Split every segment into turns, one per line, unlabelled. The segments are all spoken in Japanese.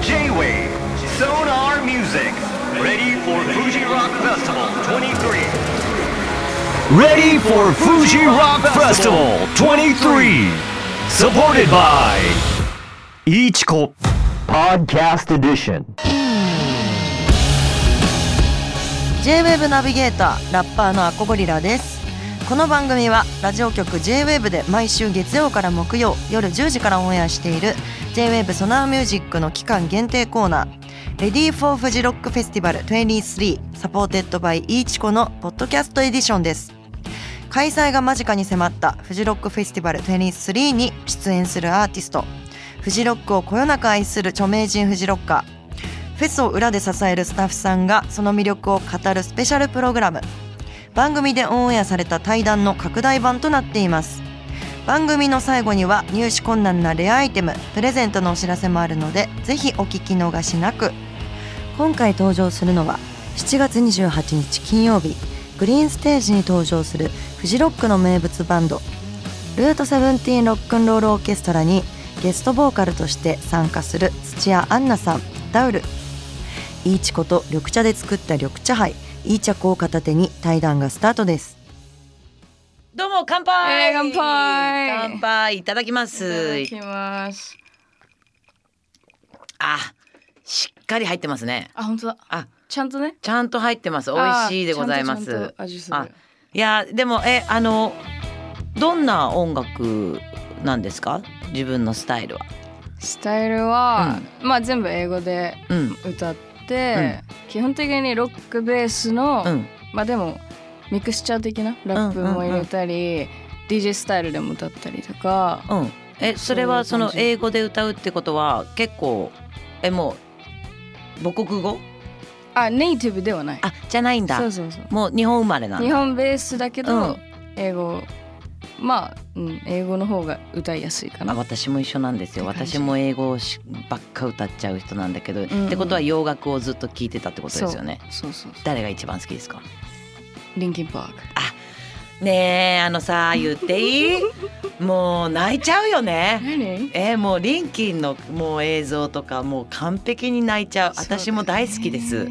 J-Wave, Sonar Music, ready for Fuji Rock Festival 23. Ready for Fuji Rock Festival 23. Supported by Ichiko Podcast Edition.
J-WAVE ナビゲーターラッパーのアコゴリラですこの番組はラジオ局 J-WAVE で毎週月曜から木曜夜10時からオンエアしている J-WAVE ソナーミュージックの期間限定コーナー「レディー・フォー・フジロック・フェスティバル23」サポーテッドバイ・イーチコのポッドキャストエディションです開催が間近に迫ったフジロックフェスティバル23に出演するアーティストフジロックをこよなく愛する著名人フジロッカーフェスを裏で支えるスタッフさんがその魅力を語るスペシャルプログラム番組でオンエアされた対談の拡大版となっています番組の最後には入手困難なレアアイテムプレゼントのお知らせもあるのでぜひお聞き逃しなく今回登場するのは7月28日金曜日グリーンステージに登場するフジロックの名物バンドルートセブンティーンロックンロールオーケストラにゲストボーカルとして参加する土屋アンナさんダウルイーチコと緑茶で作った緑茶杯イーチャコを片手に対談がスタートですどうも乾杯、
えー乾杯
乾杯いただきま
いた
す
だきます。
あ、しっかり入ってますね。
あ、本当だ。
あ、
ちゃんとね。
ちゃんと入ってます。美味しいでございま
あーちゃんとちゃん
す
と。味する
あ、いや、でも、え、あの、どんな音楽なんですか自分のスタイルは。
スタイルは、まあ全部英語で
うん、
歌って、基本的にロックベースの、
うん、
まあでもミクスチャー的なラップも入れたり、DJ スタイルでも歌ったりとか、
うん。え、それは
そ
そう
いう
の
感じ
英語で歌うってことは結構、え、もう、母国語
あ、ネイティブではない。
あ、じゃないんだ
そ。うそうそう。
もう日本生まれなん
日
だ。
本ベースだけど、
うん
英語まあ、うん、英語の方が歌いやすいか
あ
な。
私も一緒なんですよ
って感じ
私も英語をしばっか歌っちゃう人なんだけど、
んうん
ってことは洋楽をずっと聴いてたってことですよね
そうそうそ
誰が一番好きですか
う。リンキンパーク。
ねえあのさ言っていい もう泣いちゃうよね
何？
えーもうリンキンのもう映像とかもう完璧に泣いちゃう私も大好きです、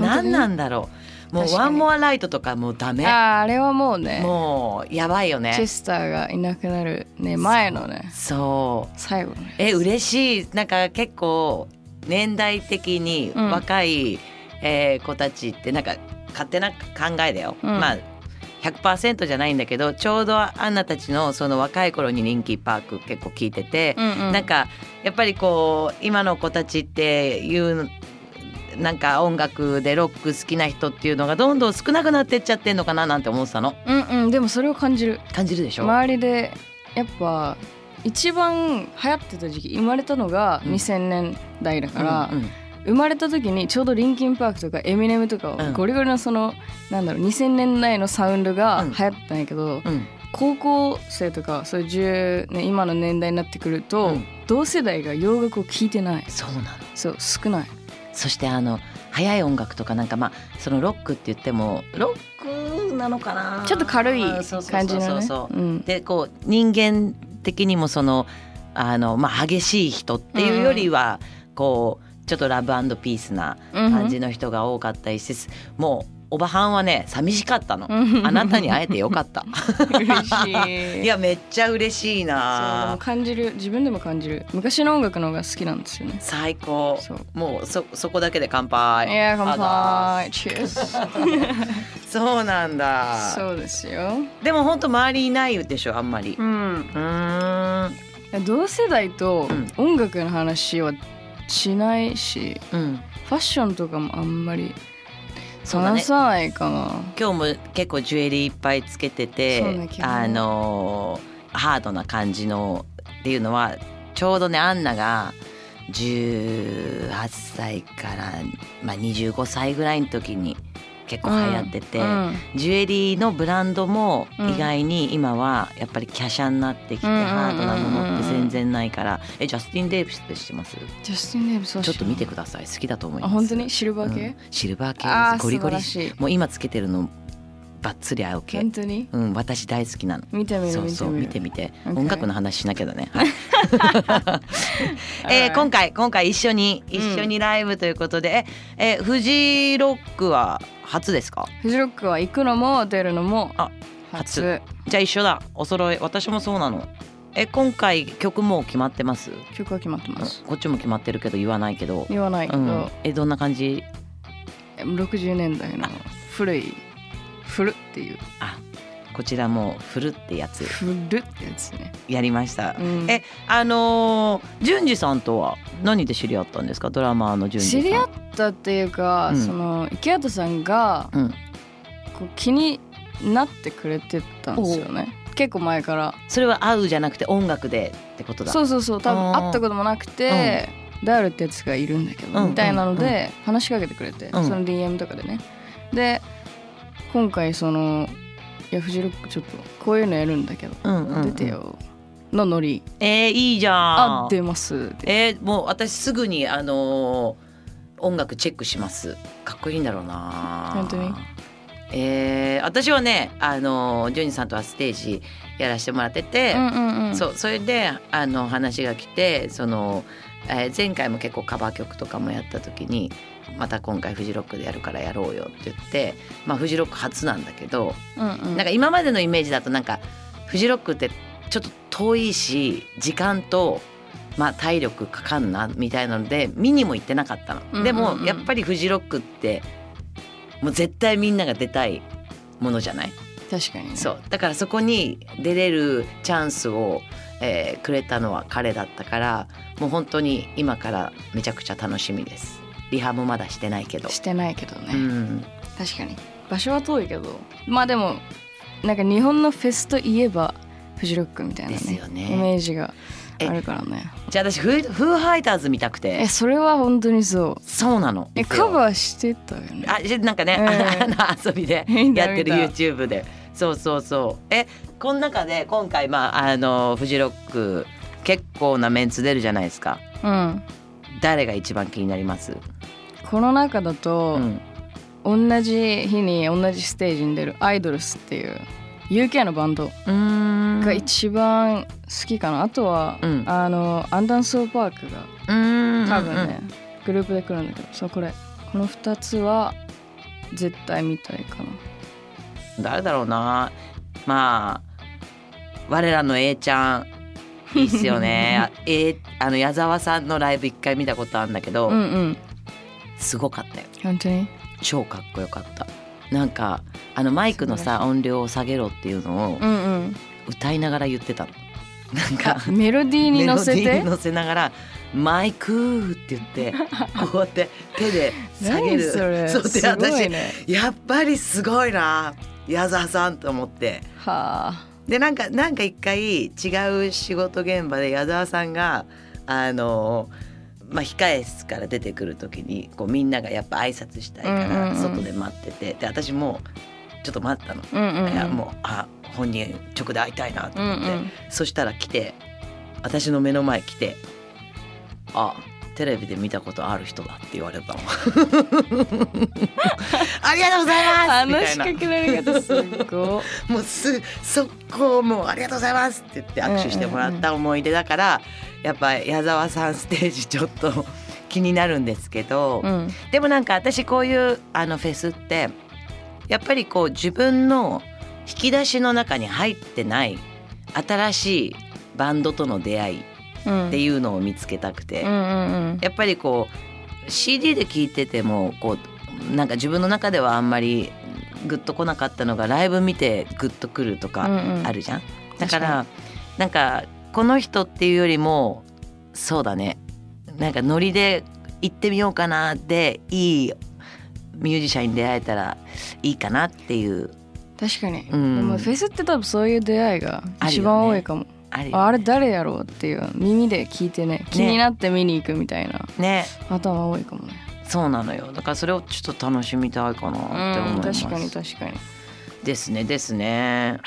何なんだろうもう「
確か
ワ
に
ンモアライトとかもうダ
ね、
メ
あーあれはもうね
もうやばいよ
チェ
ね
スターがいなくなるね前のね
そう
最後のね
え嬉しいなんか結構年代的に
うん
若い、えー子たちってなんか勝手な考えだよ、
うん
まあ100%じゃないんだけどちょうどアンナたちのその若い頃に人気パーク結構聞いてて、
うんうん
なんかやっぱりこう今の子たちっていうなんか音楽でロック好きな人っていうのがどんどん少なくなってっちゃってんのかななんて思ってたの
うんうんでもそれを感じる
感じるでしょ、
周りでやっぱ一番流行ってた時期生まれたのが
うん
2000年代だから、
うんうん
生まれた時にちょうどリンキンパークとかエミネムとか
うん
ゴリゴリのその、なんだろう2000年代のサウンド
う
が流
ん
行ったんやけど、
うん
高校生とかそういう10、ね、今の年代になってくると、
うん
同世代が洋楽を聴いてない
そうなの
そう少ない
そしてあの早い音楽とかなんかまあそのロックって言ってもロックなのかな
ちょっと軽い
あそうそうそうそう
感じのね
そう
うん
でこう人間的にもそのあの、まあ、激しい人っていうよりは、こうちょっとラブピースな感じの人が多かったりして、もうおばはんはね寂しかったの、
うん
あなたに会えてよかった
嬉し い
いやめっちゃ嬉しい
そうでも
な
感じる自分でも感じる昔の音楽の方が好きなんですよね
最高
そう
もうそそこだけで乾
い
杯
や
あ
乾
ざー
杯チュース
そうなんだ
そうですよ
でも本当周りいないでしょあんまり。
うん
うーん。
同世代と
うん
音楽の話はしないし
うん。
ファッションとかもあんまり
そうだね
話さないかな
今日も結構ジュエリーいっぱいつけてて
そうね、基本
あのーハードな感じのっていうのはちょうどねアンナが18歳からまあ25歳ぐらいの時に結構流行ってて、
うん
ジュエリーのブランドも
うん
意外に今はやっぱり華奢になってきて、
うんうんうんうん
ハードなものって全然ないから、えジャスティン・デイビスって知ってます？
ジャスティン・デイブスは
ちょっと見てください好きだと思いま
あ
す
本当にシルバー
う
系
んシルバー系
あ
で
ー
すゴリゴリ
素晴らしい
もう今つけてるのばっつり合う系
本。当に
うん、私大好きなの。
見てみる
そう
見て
そう
み
見
る
てみて
OK
音楽の話しなきゃだね。 はいえー今回今回一緒に一緒にライブということで、ええフジロックは初ですか？
フジロックは行くのも出るのも
あ
初
じゃあ一緒だお揃い私もそうなの。え今回曲もう決まってます？
曲は決まってます
こっちも決まってるけど言わないけど。
言わないけ
う
ど、
ん、えどんな感じ？
60年代の古い古っていう
あこちらもうフルってやつ
古ってやつね、
やりました
う。ん
えあのー、淳二さんとは何で知り合ったんですかドラマーの淳二さん
知り合ったっていうか、
うん
その池畑さんが
うん、
こう気になってくれてたんですよね結構前から
それは会うじゃなくて音楽でってことだ
そうそうそう多
あ
分
ー
会ったこともなくて、ダールってやつがいるんだけど、
うん
みたいなので話しかけてくれて、
うん
その DM とかでねで今回その「いやフジロックちょっとこういうのやるんだけど、
うんうんうん
出てよ」のノリ
えー、いいじゃ
「あ
ん
出ます」って
えー、もう私すぐにあのー音楽チェックしますかっこいいんだろうな
本当に
えー、私はねあのー淳二さんとはステージやらせてもらってて、
うんうんうん
そうそれであの話が来てその、えー前回も結構カバー曲とかもやった時にまた今回フジロックでやるからやろうよって言って、まあ、フジロック初なんだけど、
うんうん
なんか今までのイメージだとなんかフジロックってちょっと遠いし時間と、まあ、体力かかんなみたいなので見にも行ってなかったの。
うんうん
でもやっぱりフジロックってもう絶対みんなが出たいものじゃない
確かにね
そうだからそこに出れるチャンスを、えーくれたのは彼だったからもう本当に今からめちゃくちゃ楽しみですリハもまだしてないけど、
してないけどね、
うん、
確かに場所は遠いけどまあでもなんか日本のフェスといえばフジロックみたいな
ですよ
ね
ね
イメージがあるからね
じゃあ私フーフーファイターズ見たく
え
て
それは本当にそう
そうなの
えカバーしてたよね
あしなんかね、
ええ
あの遊びで
見た
やってる
見た
YouTube でそうそうそうえこの中で今回まああのフジロック結構なメンツ出るじゃないですか
うん
誰が一番気になります、
この中だ
う
と、
ん、
同じ日に同じステージに出るアイドルスっていう UK のバンド
うん
が一番好きかな、あとは、
うん
あのアンダンソーパークが多
多
分ね、グループで来るんだけどそうこれこの2つは絶対見たいかな
誰だろうなまあ我らの A ちゃんいいっすよ ねあ A あの矢沢さんのライブ一回見たことあるんだけど、
うんうん
すごかったよ
本当に
超かっこよかったなんかあのマイクのさ音量を下げろっていうのを
うんうん
歌いながら言ってたのなん か
あメロディーに乗せ
メロディー
て
に乗せながら「マイクー」って言 ってこうやって手で下げ
何
る
それ
そうです私
ごいね
やっぱりすごいな矢沢さんと思って
はあ
でなんかなんか一回違う仕事現場で矢沢さんがあのまあ、控え室から出てくる時にこうみんながやっぱ挨拶したいか
うんうんう
ら
ん
外で待ってて、で私もちょっと待ったの、
うんうん
いや
うん
もうあ本人直で会いたいなと
うん
思って、
うん
そしたら来て私の目の前来て「あテレビで見たことある人だ」って言われたの ありがとうございます
あ
み
の
たい
仕
な
掛けられ方すご
もうす速攻もうありがとうございますって言って握手してもらった思い出だから、やっぱ矢沢さんステージちょっと気になるんですけど、
い、うん、
でもなんか私こういうあのフェスってやっぱりこう自分の引き出しの中に入ってない新しいバンドとの出会いって
い
いうのを見つけたくて、
うんうんうん
やっぱりこう CD で聴いててもこうなんか自分の中ではあんまりグッと来なかったのがライブ見てグッとくるとか、
うんうん
あるじゃん。だ
確
か
かに
らなんかこの人っていうよりもそうだねなんかノリで行ってみようかなでいいミュージシャンに出会えたらいいかなっていう
確かに、
うん
でもフェスって多分そういう出会いが一番多いかも
ある
あ,、
よ
れ誰やろうっていう耳で聞いてね気になって見に行くみたいな、
ね
頭多いかもね
そうなのよだからそれをちょっと楽しみたいかなって思い
うん
ます、
確かに確かに
ですねですね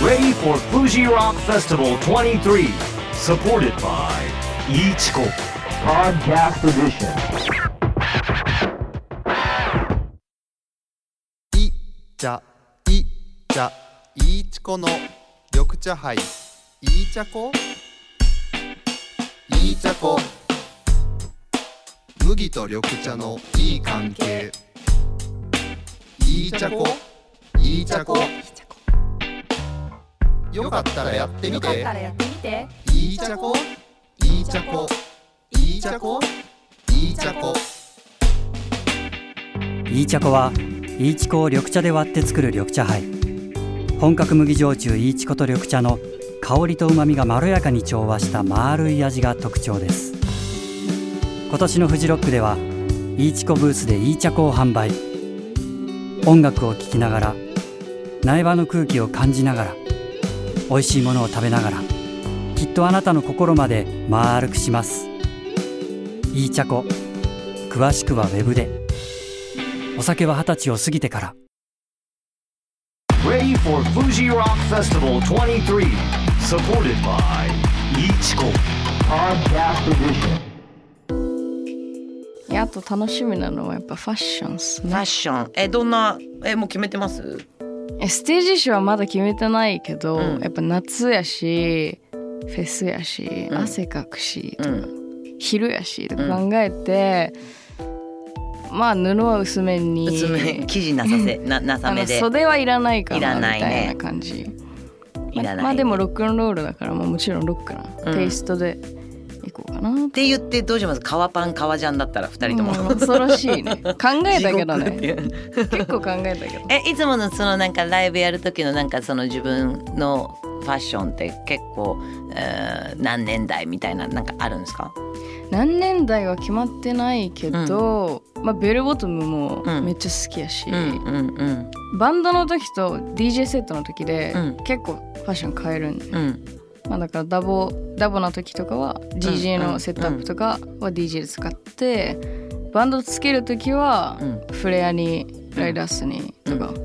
Ready for Fuji Rock Festival 23. Supported by Ichiko. Podcast Edition.
い茶い茶いちこの緑茶杯いい茶こいい茶こ麦と緑茶のいい関係いい茶こいい茶こよかったらやってみていい茶こいい茶こいい茶こいい茶こ
いい茶粉は、いいちこを緑茶で割って作る緑茶杯。本格麦焼酎いいちこと緑茶の香りと旨味がまろやかに調和した丸い味が特徴です。今年のフジロックでは、いいちこブースでいい茶粉を販売。音楽を聴きながら、苗場の空気を感じながら、美味しいものを食べながら、きっとあなたの心まで丸くします。いい茶粉、詳しくはウェブで。お酒は二十歳を過ぎてから。
Ready for Fuji Rock Festival 23, supported by Ichiko Podcast Edition.
いやあと楽しみなのはやっぱファッションっす
ファッションえどんなえもう決めてます
えステージ衣装はまだ決めてないけど、
うん
やっぱ夏やしフェスやし、
うん
汗かくしと
う
か、
ん
昼やしとか考えて、まあ布は薄めに
薄め生地なさせ ななさ
あ
め
の
で
袖はいらないか
いら
な
な
み
いね
たいな感じ
いらない
ままあでもロックンロールだから、まあ、もちろんロックな、
うん
テイストでいこうかなっ
ってて言ってどうします革パン革ジャンだったら二人と も、
うん恐ろしいね考えたけど
地獄ってい
ね
う
結構考えたけど
えいつものそのなんかライブやる時のなんかその自分のファッションって結構、えー何年代みたいななんかあるんですか
何年代は決まってないけど、まあ、ベルボトムも
うん
めっちゃ好きやし、
うんうんうん
バンドの時と DJ セットの時で
うん
結構ファッション変えるんで、
うん
まあ、だからダボダボの時とかは DJ のセットアップとかは DJ で使って、バンドつける時は
うん
フレアにライダースにとか、
う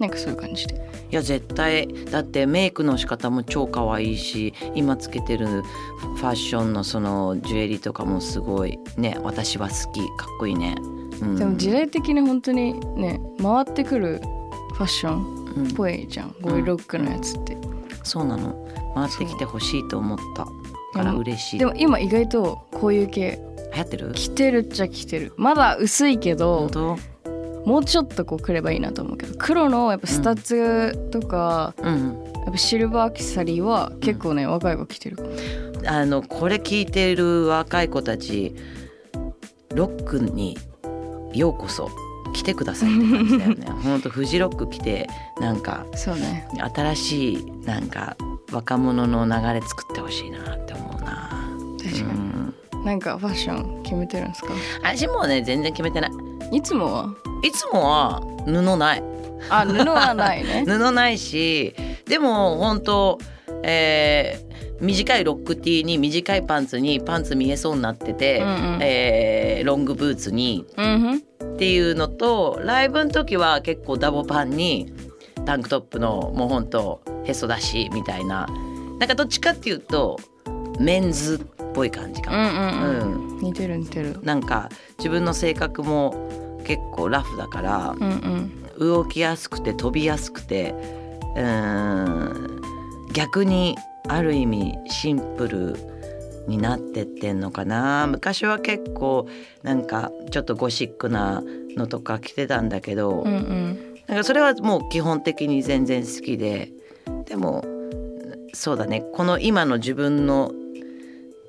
なんかそういう感じで
いや絶対だってメイクの仕方も超可愛いし今つけてるファッションのそのジュエリーとかもすごいね私は好きかっこいいね、うん、
でも時代的に本当にね回ってくるファッション
う
っ
ん
ぽいじゃんこういうロックのやつって、
そうなの回ってきてほしいと思ったから嬉しい
で
流
も今意外とこういう系
行ってる
着てるっちゃ着てるまだ薄いけど
本当
もうちょっとこうくればいいなと思うけど黒のやっぱスタッツとか、
うん
やっぱシルバーアクセサリーは結構ね、若い子着てるかも
あのこれ聞いてる若い子たちロックにようこそ来てくださいって感じだよ ねほんとフジロック来てなんか
そうね
新しいなんか若者の流れ作ってほしいなって思うな、
確
う
かに、
ん、
なんかファッション決めてるんですか
私もね全然決めてない
いつもはい
つもは布ない
あ布はない ね
布ないしでも本当えー短いロックティーに短いパンツにパンツ見えそうになってて、
うんうん
えーロングブーツに
うんふん
っていうのとライブの時は結構ダボパンにタンクトップのもうほんとへそ出しみたいななんかどっちかっていうとメンズっぽい感じか
う
も、
んうんうん、
う
似てる似てる
なんか自分の性格も結構ラフだから
うんうん
動きやすくて飛びやすくてうーん逆にある意味シンプルになってってんのかな昔は結構なんかちょっとゴシックなのとか着てたんだけど、
うんうん
なんかそれはもう基本的に全然好きででもそうだねこの今の自分の、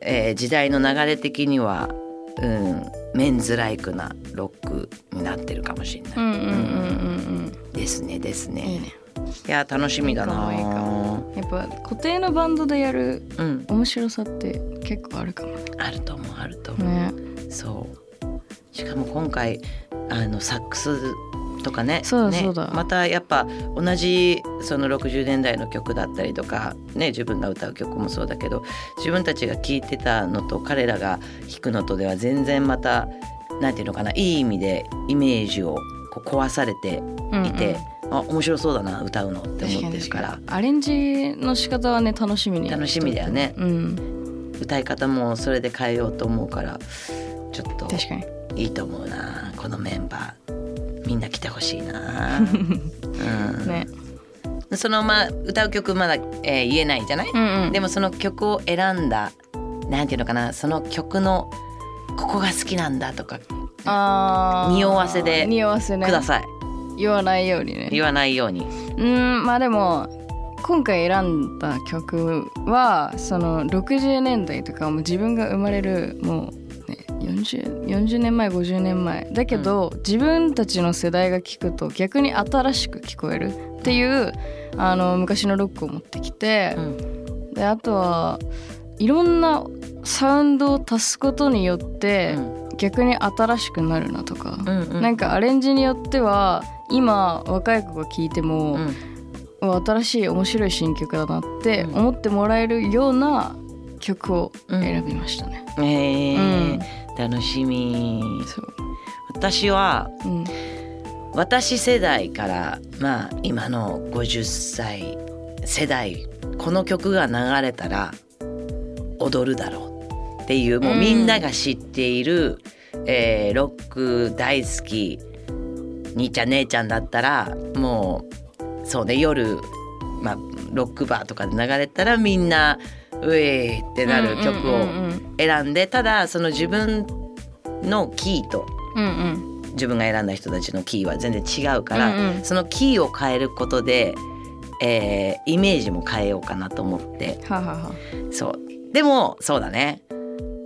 えー時代の流れ的には、うん、メンズライクなロックになってるかもしれない。
うんうんうん
ですねです
うんうんい
ね。
いね
いや楽しみだな。
いいかもやっぱ固定のバンドでやる
うん、
面白さって結構あるかもね
あると思うあると思う。
ね
そう。しかも今回あのサックスとかね、
そうだ
ね
そうだ
またやっぱ同じその60年代の曲だったりとかね自分が歌う曲もそうだけど自分たちが聴いてたのと彼らが弾くのとでは全然またなんていうのかないい意味でイメージをこう壊されて
うんうん
いて、あ面白そうだな歌うのって
確か
思っ
に
てる
確
から
かにアレンジの仕方はね楽しみに
楽しみだよね
うん
歌い方もそれで変えようと思うからちょっと
確かに
いいと思うなこのメンバーみんな来てほしいなうん
ね
そのまあ歌う曲まだ、えー言えないじゃない、
うんうん
でもその曲を選んだなんていうのかなその曲のここが好きなんだとか
あー
匂わせで
匂わせね
ください、
言わないようにね
言わないように
うーんまあでも今回選んだ曲はその60年代とかもう自分が生まれるもう、ね、40, 40年前50年前だけど、自分たちの世代が聞くと逆に新しく聞こえるっていうあの昔のロックを持ってきて、であとはいろんなサウンドを足すことによって、逆に新しくなるなとか、
うんうん
なんかアレンジによっては今若い子が聴いても、
うん
うわ新しい面白い新曲だなって思ってもらえるような曲を選びましたね。
えー
うん
楽しみ
そう
私は
うん
私世代からまあ今の50歳世代この曲が流れたら踊るだろうっていうもうみんなが知っている、えーロック大好き兄ちゃん姉ちゃんだったらもうそうね夜、まあ、ロックバーとかで流れたらみんな「ウェー!」ってなる曲
うん
を選んでただその自分のキーと
うんうん
自分が選んだ人たちのキーは全然違うから、
うんうん
そのキーを変えることで、えーイメージも変えようかなと思って
はあはあはあ
そうでもそうだね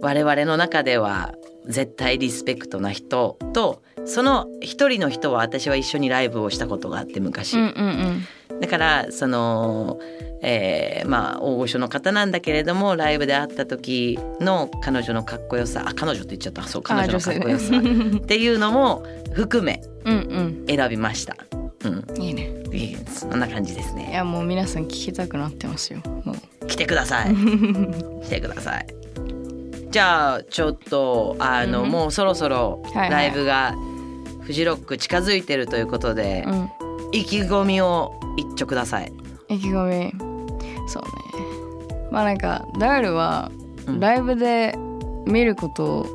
我々の中では絶対リスペクトな人とその一人の人は私は一緒にライブをしたことがあって昔、
うんうん
だからその、えーまあ大御所の方なんだけれどもライブで会った時の彼女のかっこよさあ彼女って言っちゃったそう彼女のかっこよさ、
あ女性ね
っていうのも含め
うんうん
選びました。うん、
うんいいね
いいそんな感じです
い
ね。
やもう皆さん聞きたくなってますよもう
来てくだ さい。来てください。じゃあちょっとあの、
うん
もうそろそろ
はいはい
ライブがフジロック近づいてるということで、
うん
意気込みを一丁ください。
意気込みそうねまあなんかダールは
うん
ライブで見ること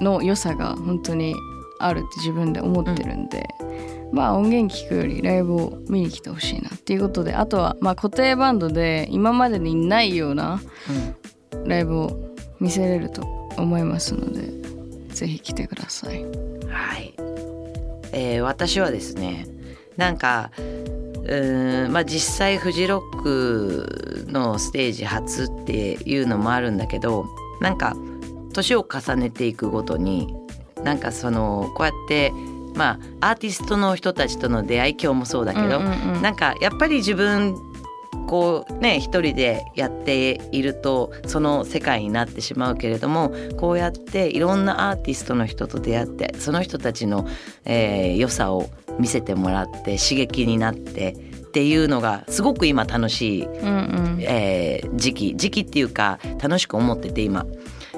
の良さが本当にあるって自分で思ってるんで、まあ音源聞くよりライブを見に来てほしいなっていうことであとはまあ固定バンドで今までにないようなライブを見せれると思いますのでぜひ来てください。
はい、えー私はですねなんかうーんまあ実際フジロックのステージ初っていうのもあるんだけどなんか年を重ねていくごとになんかそのこうやってまあアーティストの人たちとの出会い今日もそうだけど、
うんうんうん
なんかやっぱり自分こうね一人でやっているとその世界になってしまうけれどもこうやっていろんなアーティストの人と出会ってその人たちの、えー良さを見せてもらって刺激になってっていうのがすごく今楽しい
うんうん
えー時期時期っていうか楽しく思ってて今。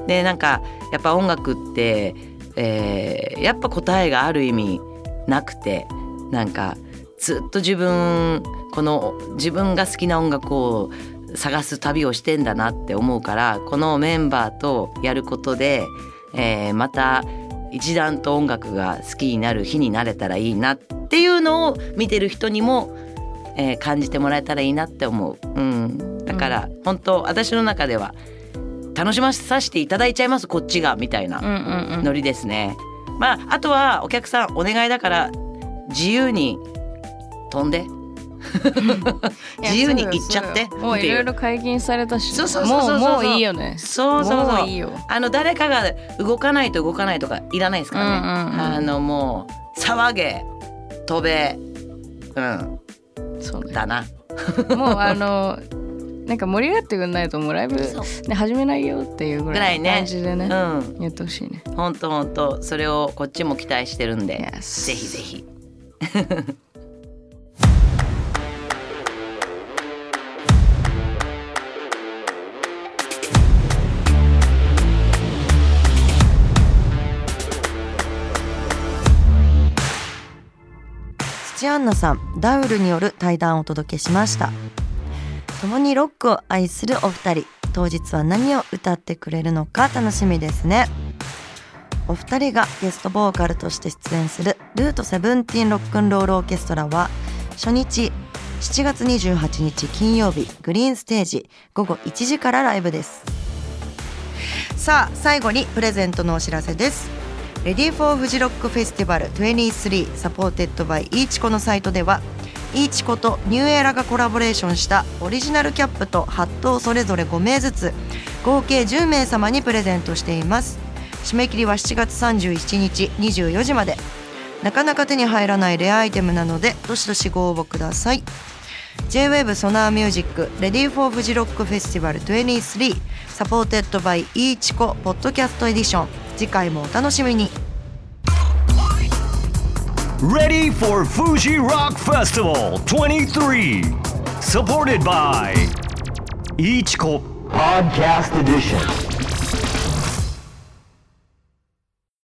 でなんかやっぱ音楽って、えーやっぱ答えがある意味なくてなんかずっと自分この自分が好きな音楽を探す旅をしてんだなって思うからこのメンバーとやることで、えーまた一段と音楽が好きになる日になれたらいいなっていうのを見てる人にもえー感じてもらえたらいいなって思う、うん、だから、本当私の中では楽しませさせていただいちゃいますこっちがみたい
うんう
なん
うん
ノリですね、まああとはお客さんお願いだから自由に飛ん で自由に行っちゃって
いやそうよそうよもう
って
い
い
ろいうろ解禁されたし
そうそうそうそうそう
もうもういいよね
そうそうそう
もういいよ
あの誰かが動かないと動かないとかいらないですからね、
うんうんうん
あのもう騒げ飛べうん
そうね
だな
もうあのなんか盛り上がってくんないともうライブ、ね、始めないよっていうぐ
ぐら
ら
い
いの
ね
感じでね
うん
やってほしいね
本当本当それをこっちも期待してるんで、
Yes
ぜひぜひ。
土屋アンナさんダウルによる対談をお届けしました共にロックを愛するお二人当日は何を歌ってくれるのか楽しみですねお二人がゲストボーカルとして出演するルートセブンティーンロックンロールオーケストラは初日7月28日金曜日グリーンステージ午後1時からライブですさあ最後にプレゼントのお知らせですレディーフォーフジロックフェスティバル23サポーテッドバイイーチコのサイトではイーチコとニューエラがコラボレーションしたオリジナルキャップとハットをそれぞれ5名ずつ合計10名様にプレゼントしています締め切りは7月31日24時までなかなか手に入らないレアアイテムなのでどしどしご応募ください J-WAVE ソナーミュージックレディーフォーフジロックフェスティバル23サポーテッドバイイーチコポッドキャストエディション次回もお楽しみに
Ready for Fuji Rock Festival 23. Supported by Ichiko Podcast Edition.